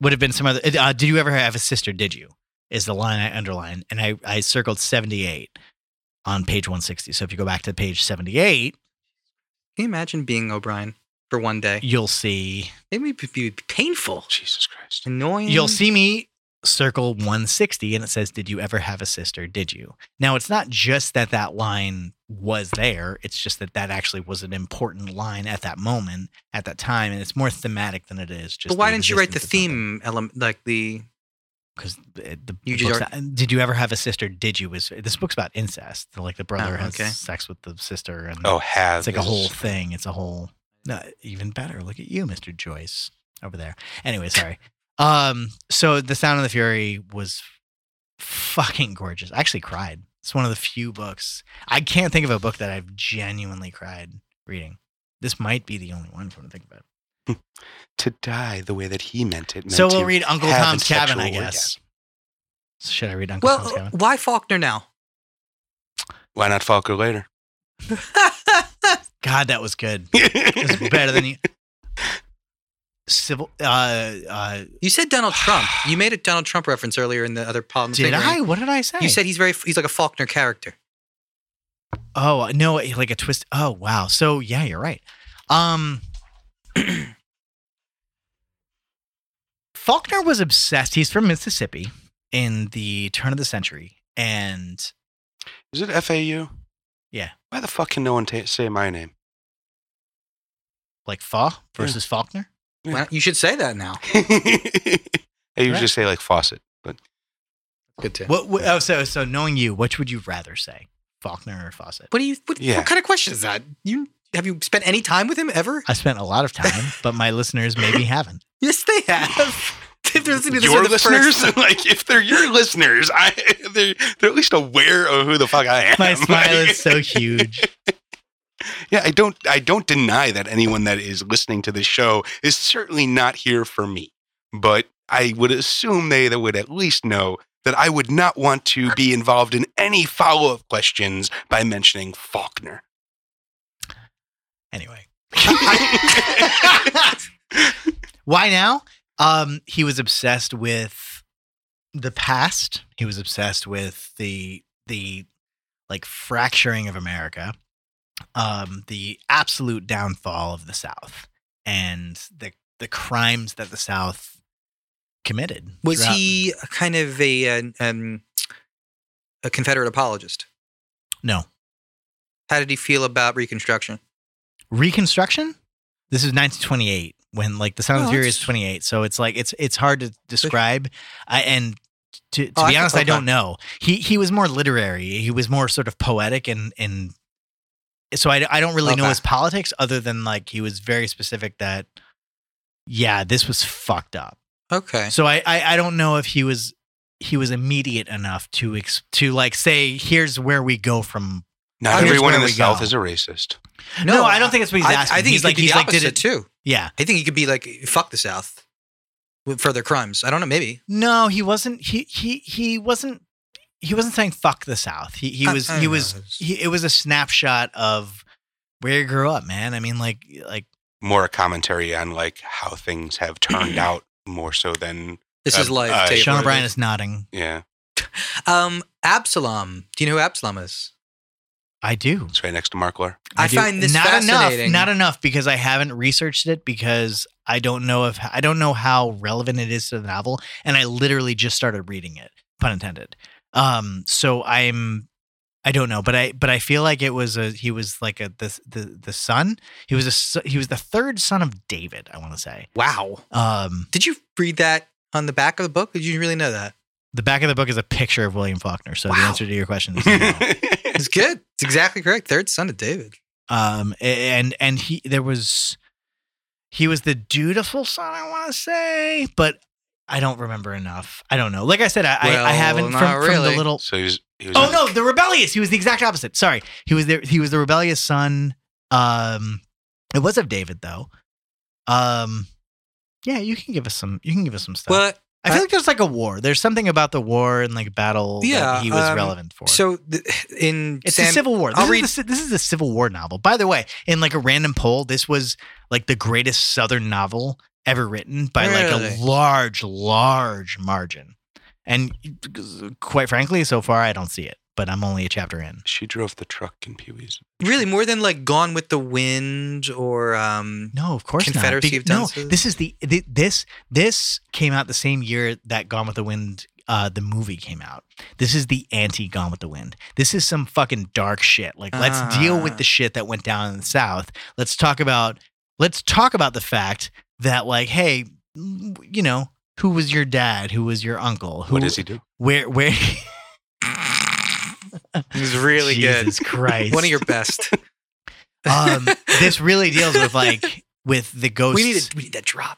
Speaker 2: Would have been some other. Uh, did you ever have a sister? Did you? Is the line I underlined, and I I circled seventy-eight on page one sixty. So if you go back to page seventy-eight,
Speaker 3: Can you imagine being O'Brien for one day?
Speaker 2: you'll see
Speaker 3: It would be- be painful,
Speaker 4: Jesus
Speaker 2: Mm.
Speaker 4: Christ!
Speaker 3: annoying.
Speaker 2: You'll see me circle 160 and it says, Did you ever have a sister? Did you? Now, it's not just that that line was there, it's just that that actually was an important line at that moment, at that time. And it's more thematic than it is just.
Speaker 3: But why
Speaker 2: the
Speaker 3: didn't you write the
Speaker 2: existence of
Speaker 3: theme element, like the?
Speaker 2: something. 'Cause the, eh, the, the
Speaker 3: You just
Speaker 2: book's not- Did you ever have a sister? Did you? Is This book's about incest. Like the brother
Speaker 3: Oh, okay.
Speaker 2: has sex with the sister. And
Speaker 4: Oh, have
Speaker 2: it's like a
Speaker 4: is-
Speaker 2: whole thing. It's a whole no, even better. Look at you, Mr. Joyce, over there. Anyway,
Speaker 3: [laughs]
Speaker 2: sorry. Um, so the Sound of the Fury was fucking gorgeous. I actually cried. It's one of the few books I can't think of a book that I've genuinely cried reading. This might be the only one if I'm to think about. it.
Speaker 4: to die the way that he meant it. Meant
Speaker 2: So we'll
Speaker 4: to.
Speaker 2: read Uncle
Speaker 4: have
Speaker 2: Tom's
Speaker 4: a
Speaker 2: Cabin, I
Speaker 4: sexual
Speaker 2: guess. Should I read Uncle Tom's
Speaker 3: Well, uh,
Speaker 2: Cabin?
Speaker 3: why Faulkner now? [laughs]
Speaker 4: Why not Falco later?
Speaker 2: God, that was good. It was better
Speaker 3: [laughs]
Speaker 2: than you. Civil. Uh, uh,
Speaker 3: You said Donald Trump. You made a Donald Trump reference earlier in the other problem.
Speaker 2: did I? What did I say?
Speaker 3: You said he's very he's like a Faulkner character.
Speaker 2: Oh no, like a twist. Oh wow. So yeah, you're right. Um [clears throat] Faulkner was obsessed. He's from Mississippi in the turn of the century. And
Speaker 4: [laughs] Is it FAU?
Speaker 2: Yeah.
Speaker 4: Why the fuck can no one ta say my name?
Speaker 2: like Fa versus Faulkner.
Speaker 4: Yeah.
Speaker 3: Why not- you should say that
Speaker 4: [laughs]
Speaker 3: now.
Speaker 4: I usually
Speaker 2: Right.
Speaker 4: say like faucet, but
Speaker 3: Good tip. What,
Speaker 2: What, what oh so so knowing you, which would you rather say? Faulkner or Fawcett?
Speaker 3: what do you? What,
Speaker 4: Yeah.
Speaker 3: what kind of question is that? You have you spent any time with him ever?
Speaker 2: I spent a lot of time, but my listeners maybe haven't. [laughs]
Speaker 3: Yes, they have. if they're listening to this
Speaker 4: your
Speaker 3: for the
Speaker 4: listeners,
Speaker 3: first
Speaker 4: [laughs] like if they're your listeners, I they're, they're at least aware of who the fuck I am.
Speaker 2: My smile
Speaker 4: Like,
Speaker 2: is so huge.
Speaker 4: yeah, I don't I don't deny that anyone that is listening to this show is certainly not here for me, but I would assume they that would at least know that I would not want to be involved in any follow up questions by
Speaker 3: [laughs]
Speaker 4: mentioning Faulkner. [laughs]
Speaker 2: Anyway, [laughs] why now? Um, he was obsessed with the past. He was obsessed with the the like fracturing of America, um, the absolute downfall of the South, and the the crimes that the South committed.
Speaker 3: Was
Speaker 2: throughout-
Speaker 3: he a kind of a uh, um, a Confederate apologist?
Speaker 2: No.
Speaker 3: How did he feel about Reconstruction?
Speaker 2: Reconstruction? This is 1928 when like the Sound
Speaker 3: Oh,
Speaker 2: of Fury is
Speaker 3: that's-
Speaker 2: 28. So it's like it's it's hard to describe. I and to, to
Speaker 3: Oh, I
Speaker 2: be
Speaker 3: thought-
Speaker 2: honest, I don't
Speaker 3: okay.
Speaker 2: know. He he was more literary. He was more sort of poetic and and so I, I don't really know
Speaker 3: Okay.
Speaker 2: his politics other than like he was very specific that yeah, this was fucked up.
Speaker 3: Okay.
Speaker 2: So I, I I don't know if he was he was immediate enough to ex- to like say here's where we go from.
Speaker 4: Not
Speaker 3: Here's
Speaker 4: everyone
Speaker 2: where
Speaker 4: in the
Speaker 2: we
Speaker 4: South
Speaker 2: go.
Speaker 4: is a racist.
Speaker 2: No, I don't think that's what he's
Speaker 3: I,
Speaker 2: asking.
Speaker 3: I think
Speaker 2: he's
Speaker 3: he
Speaker 2: like
Speaker 3: could
Speaker 2: he's
Speaker 3: be the
Speaker 2: like did
Speaker 3: opposite
Speaker 2: it
Speaker 3: too.
Speaker 2: yeah.
Speaker 3: I think he could be like fuck the South with- for their crimes. I don't know. Maybe
Speaker 2: No, he wasn't. He he he wasn't. He wasn't saying "fuck the South." He he
Speaker 3: I-
Speaker 2: was
Speaker 3: Uh, I
Speaker 2: he
Speaker 3: don't
Speaker 2: was
Speaker 3: know. It's-
Speaker 2: he, it was a snapshot of where you grew up, man. I mean, like like
Speaker 4: More a commentary on like how things
Speaker 2: [clears throat]
Speaker 4: have turned out more so than
Speaker 3: this is
Speaker 4: Uh,
Speaker 3: life.
Speaker 4: uh,
Speaker 3: Dave.
Speaker 2: Sean O'Brien is nodding.
Speaker 4: yeah.
Speaker 3: Um, Absalom. Do you know who Absalom is?
Speaker 2: I do.
Speaker 4: It's right next
Speaker 2: [laughs]
Speaker 4: to Markler.
Speaker 3: I
Speaker 2: do.
Speaker 3: find this
Speaker 2: not
Speaker 3: fascinating.
Speaker 2: enough. Not enough because I haven't researched it because I don't know if I don't know how relevant it is to the novel, and I literally just started reading it. Pun intended. Um, so I'm I don't know, but I but I feel like it was a he was like a the the the son. He was a s- he was the third son of David. I want to say.
Speaker 3: Wow.
Speaker 2: Um,
Speaker 3: Did you read that on the back of the book? Did you really know that?
Speaker 2: the back of the book is a picture of William Faulkner. So the
Speaker 3: Wow.
Speaker 2: answer to your question
Speaker 3: [laughs]
Speaker 2: is no.
Speaker 3: It's good. It's exactly correct. Third son of David.
Speaker 2: um a- and and he there was he was the dutiful son i want to say but i don't remember enough i don't know like i said i, I- I,
Speaker 3: Well,
Speaker 2: haven't from,
Speaker 3: not
Speaker 2: from the
Speaker 3: really. [laughs]
Speaker 2: little
Speaker 4: [laughs] so he was. He was
Speaker 2: oh no the rebellious he was the exact opposite sorry he was the he was the rebellious son um it was of david though um yeah you can give us some you can give us some stuff
Speaker 3: Well,
Speaker 2: i feel like there's like a war there's something about the war and like battle
Speaker 3: Yeah,
Speaker 2: that he was
Speaker 3: um,
Speaker 2: relevant for
Speaker 3: so the, in
Speaker 2: it's
Speaker 3: Sam,
Speaker 2: a Civil War. This,
Speaker 3: I'll
Speaker 2: is
Speaker 3: read-
Speaker 2: the ci- this is a Civil War novel. By the way, in like a random poll, this was like the greatest Southern novel ever written by like
Speaker 3: Really?
Speaker 2: a large, large margin. And quite frankly, so far, I don't see it, but I'm only a chapter in.
Speaker 4: She drove the truck in Pee Wee's.
Speaker 3: really more than like Gone with the Wind or um,
Speaker 2: No, of course
Speaker 3: Confederacy
Speaker 2: not.
Speaker 3: of
Speaker 2: no,
Speaker 3: Dunces.
Speaker 2: this is the, thi- this this came out the same year that Gone with the Wind uh, the movie came out. This is the anti Gone with the Wind. This is some fucking dark shit. Like let's deal
Speaker 3: Ah.
Speaker 2: with the shit that went down in the South. Let's talk about let's talk about the fact that like hey, you know, who was your dad? Who was your uncle? Who
Speaker 4: What does he do? [laughs]
Speaker 2: where where [laughs]
Speaker 3: it was
Speaker 2: [laughs]
Speaker 3: really
Speaker 2: Jesus
Speaker 3: good.
Speaker 2: Christ.
Speaker 3: One of your
Speaker 2: [laughs]
Speaker 3: best.
Speaker 2: um this really deals with
Speaker 3: [laughs]
Speaker 2: like with the ghosts
Speaker 3: we need a, we need that drop.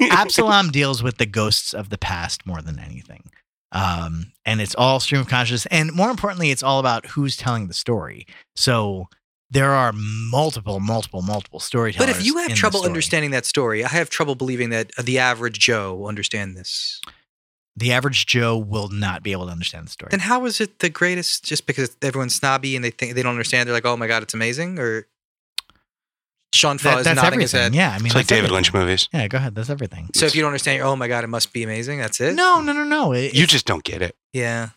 Speaker 2: Absalom deals with the ghosts of the past more than anything. Um, and it's all stream of consciousness. And more importantly, it's all about who's telling the story. So there are multiple, multiple, multiple
Speaker 3: But
Speaker 2: storytellers.
Speaker 3: if you
Speaker 2: in
Speaker 3: have
Speaker 2: the
Speaker 3: trouble
Speaker 2: story.
Speaker 3: understanding that story, I have trouble believing that the average Joe will understand this.
Speaker 2: the average Joe will not be able to understand the story.
Speaker 3: Then how is it the greatest? Just because everyone's snobby and they think they don't understand, they're like, "Oh my god, it's amazing!" Or Sean Faw
Speaker 2: That-
Speaker 3: is
Speaker 2: that's
Speaker 3: nodding his
Speaker 2: everything.
Speaker 3: head.
Speaker 2: Yeah, I mean,
Speaker 4: It's like
Speaker 2: that's
Speaker 4: David Lynch
Speaker 2: everything.
Speaker 4: movies.
Speaker 2: Yeah, go ahead. That's everything.
Speaker 3: So if you don't understand, oh my god, it must be amazing. That's it.
Speaker 2: No, no, no, no. It-
Speaker 4: You just don't get it.
Speaker 3: Yeah.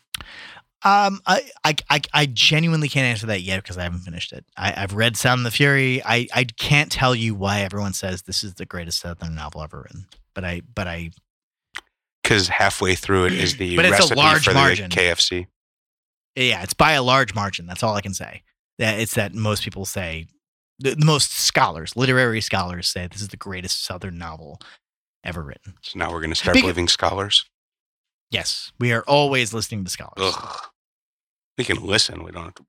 Speaker 2: Um, I, I, I, I genuinely can't answer that yet because I haven't finished it. I, I've read Sound of the Fury. I, I can't tell you why everyone says this is the greatest Southern novel ever written. But I, but I,
Speaker 4: Because halfway through it is
Speaker 2: [clears throat]
Speaker 4: the
Speaker 2: But it's a
Speaker 4: recipe
Speaker 2: large
Speaker 4: for
Speaker 2: margin.
Speaker 4: the KFC.
Speaker 2: yeah, it's by a large margin. That's all I can say. That it's that most people say, the, the most scholars, literary scholars say this is the greatest Southern novel ever written.
Speaker 4: So now we're going to start
Speaker 2: Beca-
Speaker 4: believing scholars.
Speaker 2: Yes, we are always listening to scholars.
Speaker 4: Ugh. We can listen. We don't have to.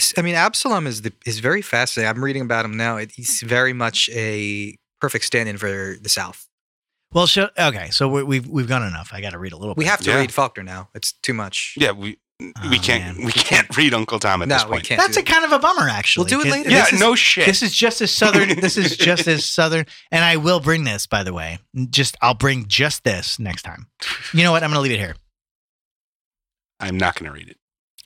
Speaker 3: S- I mean, Absalom is the is very fascinating. I'm reading about him now. It, he's very much a perfect stand-in for the South.
Speaker 2: Well, sho okay. So we, we've we've gone enough. I got to read a little.
Speaker 3: We
Speaker 2: bit.
Speaker 3: have to
Speaker 4: Yeah.
Speaker 3: read Faulkner now. It's too much.
Speaker 4: Yeah, we we
Speaker 2: Oh,
Speaker 4: can't
Speaker 2: man.
Speaker 4: we can't read Uncle Tom at
Speaker 3: no,
Speaker 4: this
Speaker 3: we
Speaker 4: point.
Speaker 3: can't.
Speaker 2: That's
Speaker 3: do
Speaker 2: a kind of a bummer, actually.
Speaker 3: do it
Speaker 2: 'cause
Speaker 3: later.
Speaker 4: Yeah,
Speaker 3: This is-
Speaker 4: no shit.
Speaker 2: This is just as southern. this is just
Speaker 4: [laughs]
Speaker 2: as southern. And I will bring this, by the way. Just I'll bring just this next time. You know what? I'm going to leave it here.
Speaker 4: I'm not going to read it.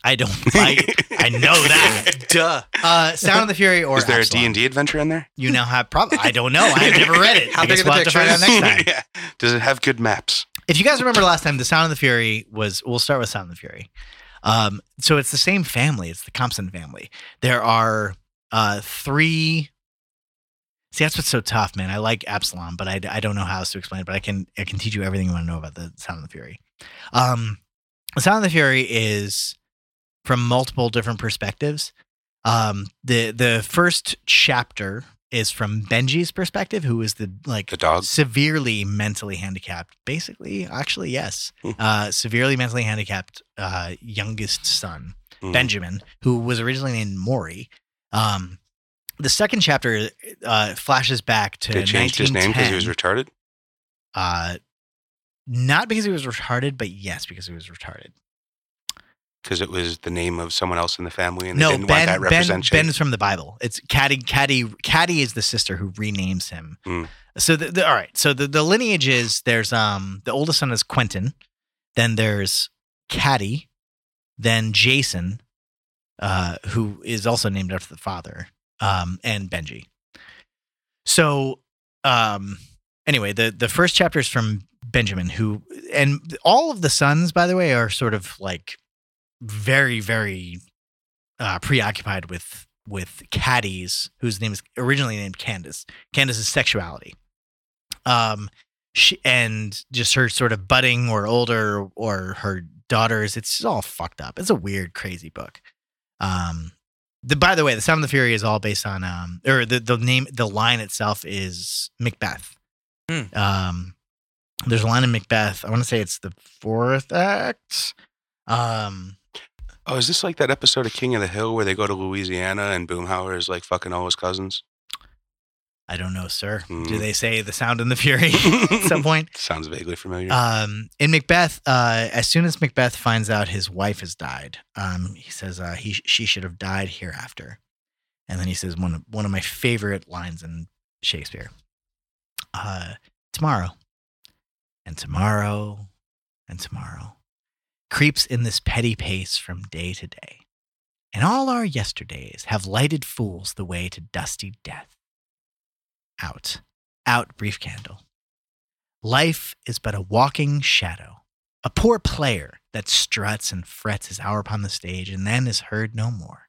Speaker 2: I don't.
Speaker 4: [laughs]
Speaker 2: I, [laughs] I know that.
Speaker 3: that. Duh.
Speaker 2: Uh, Sound of the Fury or
Speaker 4: Is there a D
Speaker 2: Absalom.
Speaker 4: and D adventure in there?
Speaker 2: You now have probably. I don't know.
Speaker 4: [laughs]
Speaker 2: I've never read it.
Speaker 3: How
Speaker 2: I
Speaker 3: big
Speaker 2: guess
Speaker 3: are the
Speaker 2: we'll have to find out
Speaker 3: pictures?
Speaker 2: next time.
Speaker 4: yeah. Does it have good maps?
Speaker 2: If you guys remember last time, the Sound of the Fury was. We'll start with Sound of the Fury. Um, so it's the same family. It's the Compson family. There are uh, three. See, that's what's so tough, man. I like Absalom, but I, I don't know how else to explain it. But I can I can teach you everything you want to know about the Sound of the Fury. Um, the Sound of the Fury is from multiple different perspectives. Um, the the first chapter is from Benji's perspective, who is the like
Speaker 4: The dog.
Speaker 2: severely mentally handicapped basically actually yes
Speaker 4: Hmm.
Speaker 2: uh severely mentally handicapped uh youngest son
Speaker 4: Hmm.
Speaker 2: benjamin who was originally named maury um the second chapter uh flashes back to
Speaker 4: They changed his name because he was
Speaker 2: 1910.
Speaker 4: retarded.
Speaker 2: uh not because he was retarded but yes because he was retarded
Speaker 4: Because it was the name of someone else in the family, and they
Speaker 2: no
Speaker 4: didn't want
Speaker 2: ben,
Speaker 4: that
Speaker 2: ben
Speaker 4: representation.
Speaker 2: ben is from the bible it's caddy caddy caddy is the sister who renames him
Speaker 4: Hmm.
Speaker 2: so the, the, all right so the, the lineage is there's um the oldest son is quentin then there's caddy then jason uh who is also named after the father um and benji so um anyway the the first chapter is from benjamin who and all of the sons by the way are sort of like very very uh, preoccupied with with Caddy's, whose name is originally named Candace. Candace's sexuality, um, she, and just her sort of budding or older or her daughters. It's all fucked up. It's a weird, crazy book. Um, the by the way, the Sound of the Fury is all based on um, or the the name the line itself is Macbeth.
Speaker 3: Hmm.
Speaker 2: Um, there's a line in Macbeth. I want to say it's the fourth act. Um,
Speaker 4: oh, is this like that episode of King of the Hill where they go to Louisiana and Boomhauer is like fucking all his cousins?
Speaker 2: I don't know, sir. Do
Speaker 4: Mm.
Speaker 2: they say the sound and the fury [laughs] at [laughs]
Speaker 4: [laughs]
Speaker 2: some point?
Speaker 4: Sounds vaguely familiar.
Speaker 2: Um, in Macbeth, uh, as soon as Macbeth finds out his wife has died, um, he says uh, he she should have died hereafter, and then he says one of, one of my favorite lines in Shakespeare: uh, "Tomorrow, and tomorrow, and tomorrow, creeps in this petty pace from day to day, and all our yesterdays have lighted fools the way to dusty death. Out, out, brief candle." Life is but a walking shadow, a poor player that struts and frets his hour upon the stage and then is heard no more.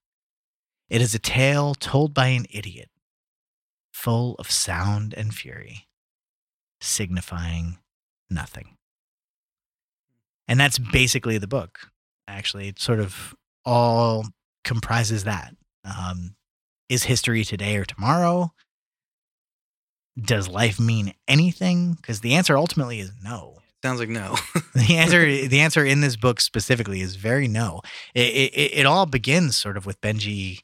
Speaker 2: It is a tale told by an idiot, full of sound and fury, signifying nothing. And that's basically the book. Actually, it sort of all comprises that. Um, is history today or tomorrow? does life mean anything? Because the answer ultimately is no.
Speaker 3: Sounds like no.
Speaker 2: The answer, the answer in this book specifically is very no. It, it, it all begins sort of with Benji.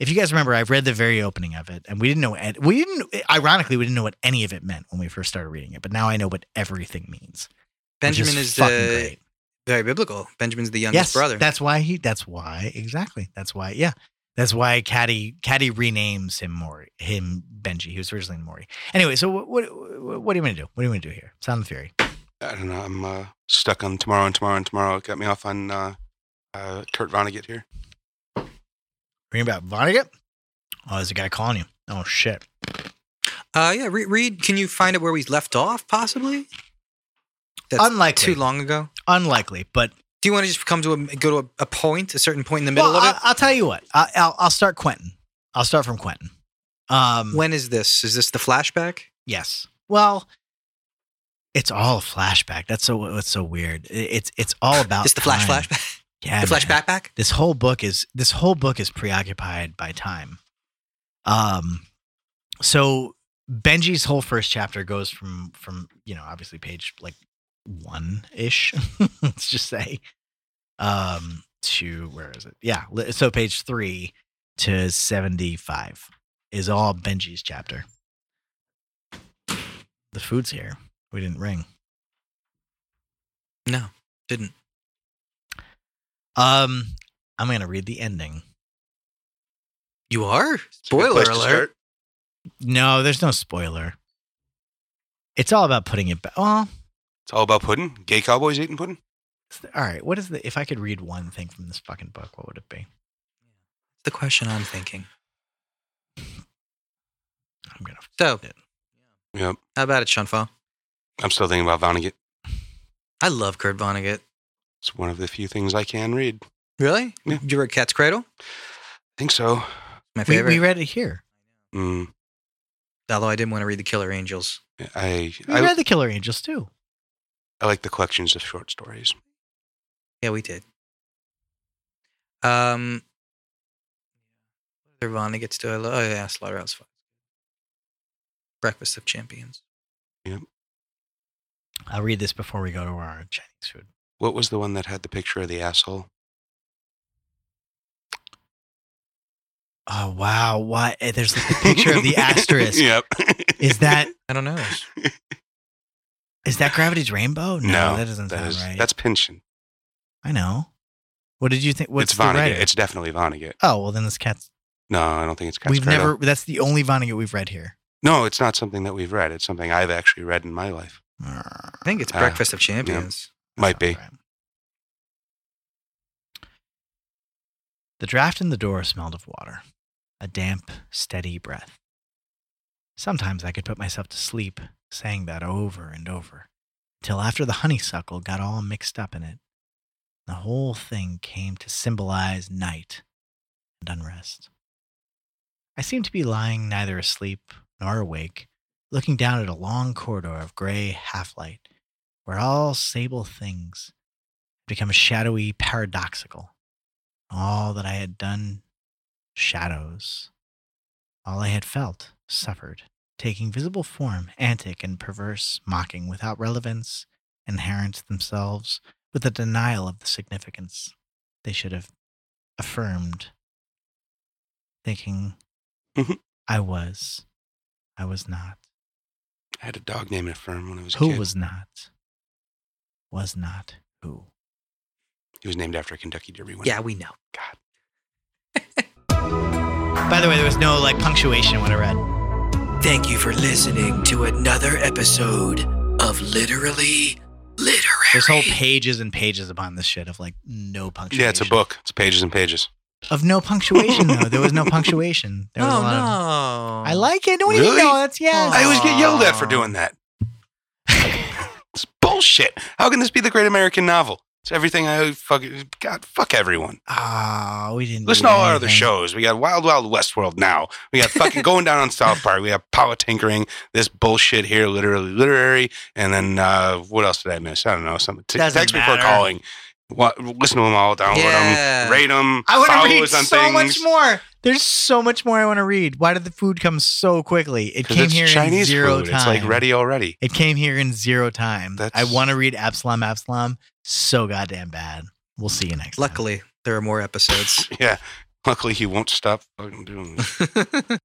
Speaker 2: If you guys remember, I've read the very opening of it, and we didn't know. an- We didn't. Ironically, we didn't know what any of it meant when we first started reading it, but now I know what everything means. which
Speaker 3: Benjamin is,
Speaker 2: fucking
Speaker 3: the
Speaker 2: great.
Speaker 3: very biblical. Benjamin's the youngest
Speaker 2: yes,
Speaker 3: brother.
Speaker 2: That's why he. That's why exactly. That's why. Yeah. That's why Caddy Caddy renames him Maury, him Benji. He was originally Maury. Anyway, so what what what do you want to do? What do you want to do here? Sound of Fury.
Speaker 4: I don't know. I'm uh, stuck on tomorrow and tomorrow and tomorrow. It got me off on uh, uh, Kurt Vonnegut here.
Speaker 2: Bring about Vonnegut. Oh, there's a guy calling you. Oh shit.
Speaker 3: uh, yeah, re- read. Can you find out where we left off, possibly? That's
Speaker 2: Unlikely.
Speaker 3: too long ago.
Speaker 2: Unlikely, but
Speaker 3: Do you want to just come to a, go to a, a point, a certain point in the middle
Speaker 2: well,
Speaker 3: of
Speaker 2: I, will tell you what. I, I'll I'll start Quentin. I'll start from Quentin. Um,
Speaker 4: uh,
Speaker 3: it? When is this? Is this the flashback?
Speaker 2: yes. Well, it's all a flashback. That's so what's so weird. It- It's it's
Speaker 3: [laughs]
Speaker 2: all about
Speaker 4: Uh,
Speaker 3: It's the flash
Speaker 2: time.
Speaker 3: flashback.
Speaker 2: Yeah,
Speaker 3: the flash
Speaker 2: man.
Speaker 3: backpack.
Speaker 2: This whole book is this whole book is preoccupied by time. Um, so Benji's whole first chapter goes from from you know obviously page like one ish, [laughs] let's just say, um, to where is it? Yeah, li- so page three to seventy five is all Benji's chapter. The food's here. We didn't ring.
Speaker 3: No, didn't.
Speaker 2: Um, I'm gonna read the ending.
Speaker 3: You are?
Speaker 4: It's a good
Speaker 3: Spoiler
Speaker 4: place to
Speaker 3: alert.
Speaker 4: start.
Speaker 2: No, there's no spoiler. It's all about putting it back. Well,
Speaker 4: It's all about pudding. Gay cowboys eating pudding.
Speaker 2: it's the- all right. What is the? If I could read one thing from this fucking book, what would it be?
Speaker 3: The question I'm thinking.
Speaker 2: I'm gonna.
Speaker 3: So,
Speaker 4: Yep.
Speaker 3: how about it, Shunfa?
Speaker 4: I'm still thinking about Vonnegut.
Speaker 3: I love Kurt Vonnegut.
Speaker 4: It's one of the few things I can read. I
Speaker 3: Really?
Speaker 4: Yeah.
Speaker 3: You read Cat's Cradle?
Speaker 4: think so.
Speaker 3: My
Speaker 2: We,
Speaker 3: favorite.
Speaker 2: we read it here.
Speaker 4: Mm,
Speaker 3: Although I didn't want to read The Killer Angels.
Speaker 4: I,
Speaker 2: We
Speaker 4: I
Speaker 2: read the Killer Angels too.
Speaker 4: I like the collections of short stories.
Speaker 3: Yeah, we did. Um, other Vonnegut's do I love? Oh yeah, Slaughterhouse Five. Breakfast of Champions.
Speaker 2: I'll read this before we go to our Chinese food.
Speaker 4: What was the one that had the picture of the asshole?
Speaker 2: Oh wow! What? eh, There's the picture of [laughs]
Speaker 4: [laughs]
Speaker 2: the asterisk.
Speaker 4: yep.
Speaker 2: Is that
Speaker 3: I don't know.
Speaker 2: is that Gravity's Rainbow? No,
Speaker 4: No,
Speaker 2: that doesn't
Speaker 4: [laughs] that
Speaker 2: sound
Speaker 4: is
Speaker 2: right.
Speaker 4: that's Pynchon.
Speaker 2: I know. What did you think? What's
Speaker 4: it's
Speaker 2: the
Speaker 4: Vonnegut.
Speaker 2: writer?
Speaker 4: It's definitely Vonnegut.
Speaker 2: oh well, then this cat's.
Speaker 4: No, I don't think it's. Cat's
Speaker 2: we've
Speaker 4: Cradle.
Speaker 2: never. That's the only Vonnegut we've read here.
Speaker 4: No, it's not something that we've read. It's something I've actually read in my life.
Speaker 3: I
Speaker 2: [laughs]
Speaker 3: think it's
Speaker 4: Ah,
Speaker 3: Breakfast of Champions.
Speaker 4: Might be.
Speaker 2: Right. The draft in the door smelled of water, a damp, steady breath. Sometimes I could put myself to sleep saying that over and over, till after the honeysuckle got all mixed up in it. The whole thing came to symbolize night and unrest. I seemed to be lying neither asleep nor awake, looking down at a long corridor of gray half light where all sable things become shadowy paradoxical. All that I had done, shadows. All I had felt, suffered, taking visible form, antic and perverse, mocking without relevance, inherent themselves with a denial of the significance they should have affirmed, thinking
Speaker 4: Mhm.
Speaker 2: I was, I was not.
Speaker 4: I had a dog named Affirm when I was a
Speaker 2: Who
Speaker 4: kid.
Speaker 2: was not? Was not who?
Speaker 4: He was named after a Kentucky Derby winner.
Speaker 3: Yeah, we know.
Speaker 4: God.
Speaker 2: By the way, there was no like punctuation when I read.
Speaker 1: Thank you for listening to another episode of Literally Literary.
Speaker 2: There's
Speaker 4: [laughs]
Speaker 2: whole pages and pages upon this shit of like no punctuation.
Speaker 4: Yeah, it's a book. It's pages and pages.
Speaker 2: of no punctuation though. There was
Speaker 4: [laughs]
Speaker 2: no punctuation. There was a
Speaker 3: oh
Speaker 2: lot of-
Speaker 3: no!
Speaker 2: I like it. No, you
Speaker 4: Really?
Speaker 2: know, that's yes.
Speaker 4: I always get yelled at for
Speaker 3: Aw.
Speaker 4: doing that. [laughs] it's bullshit. How can this be the great American novel? It's everything I fucking God. Fuck everyone.
Speaker 2: Ah, we didn't.
Speaker 4: Listen
Speaker 2: do
Speaker 4: to all our other
Speaker 2: anything.
Speaker 4: shows. We got Wild Wild West World now. We got fucking going down on South Park. We got power tinkering. This bullshit here, literally literary. And then uh, what else did I miss? I don't know. Something. T-
Speaker 2: Doesn't
Speaker 4: text me
Speaker 2: matter.
Speaker 4: before calling. What, listen to them all. Download
Speaker 3: Yeah.
Speaker 4: them. Rate them.
Speaker 2: I want
Speaker 4: follow
Speaker 2: to read
Speaker 4: us on
Speaker 2: so
Speaker 4: things.
Speaker 2: much more. There's so much more I want to read. Why did the food come so quickly? It
Speaker 4: 'Cause
Speaker 2: came
Speaker 4: it's
Speaker 2: here in
Speaker 4: Chinese
Speaker 2: zero
Speaker 4: food.
Speaker 2: time.
Speaker 4: It's like ready already.
Speaker 2: It came here in zero time.
Speaker 4: That's-
Speaker 2: I want to read Absalom Absalom so goddamn bad. We'll see you next time.
Speaker 3: Luckily, there are more episodes. [laughs]
Speaker 4: Yeah. Luckily, he won't stop fucking doing this.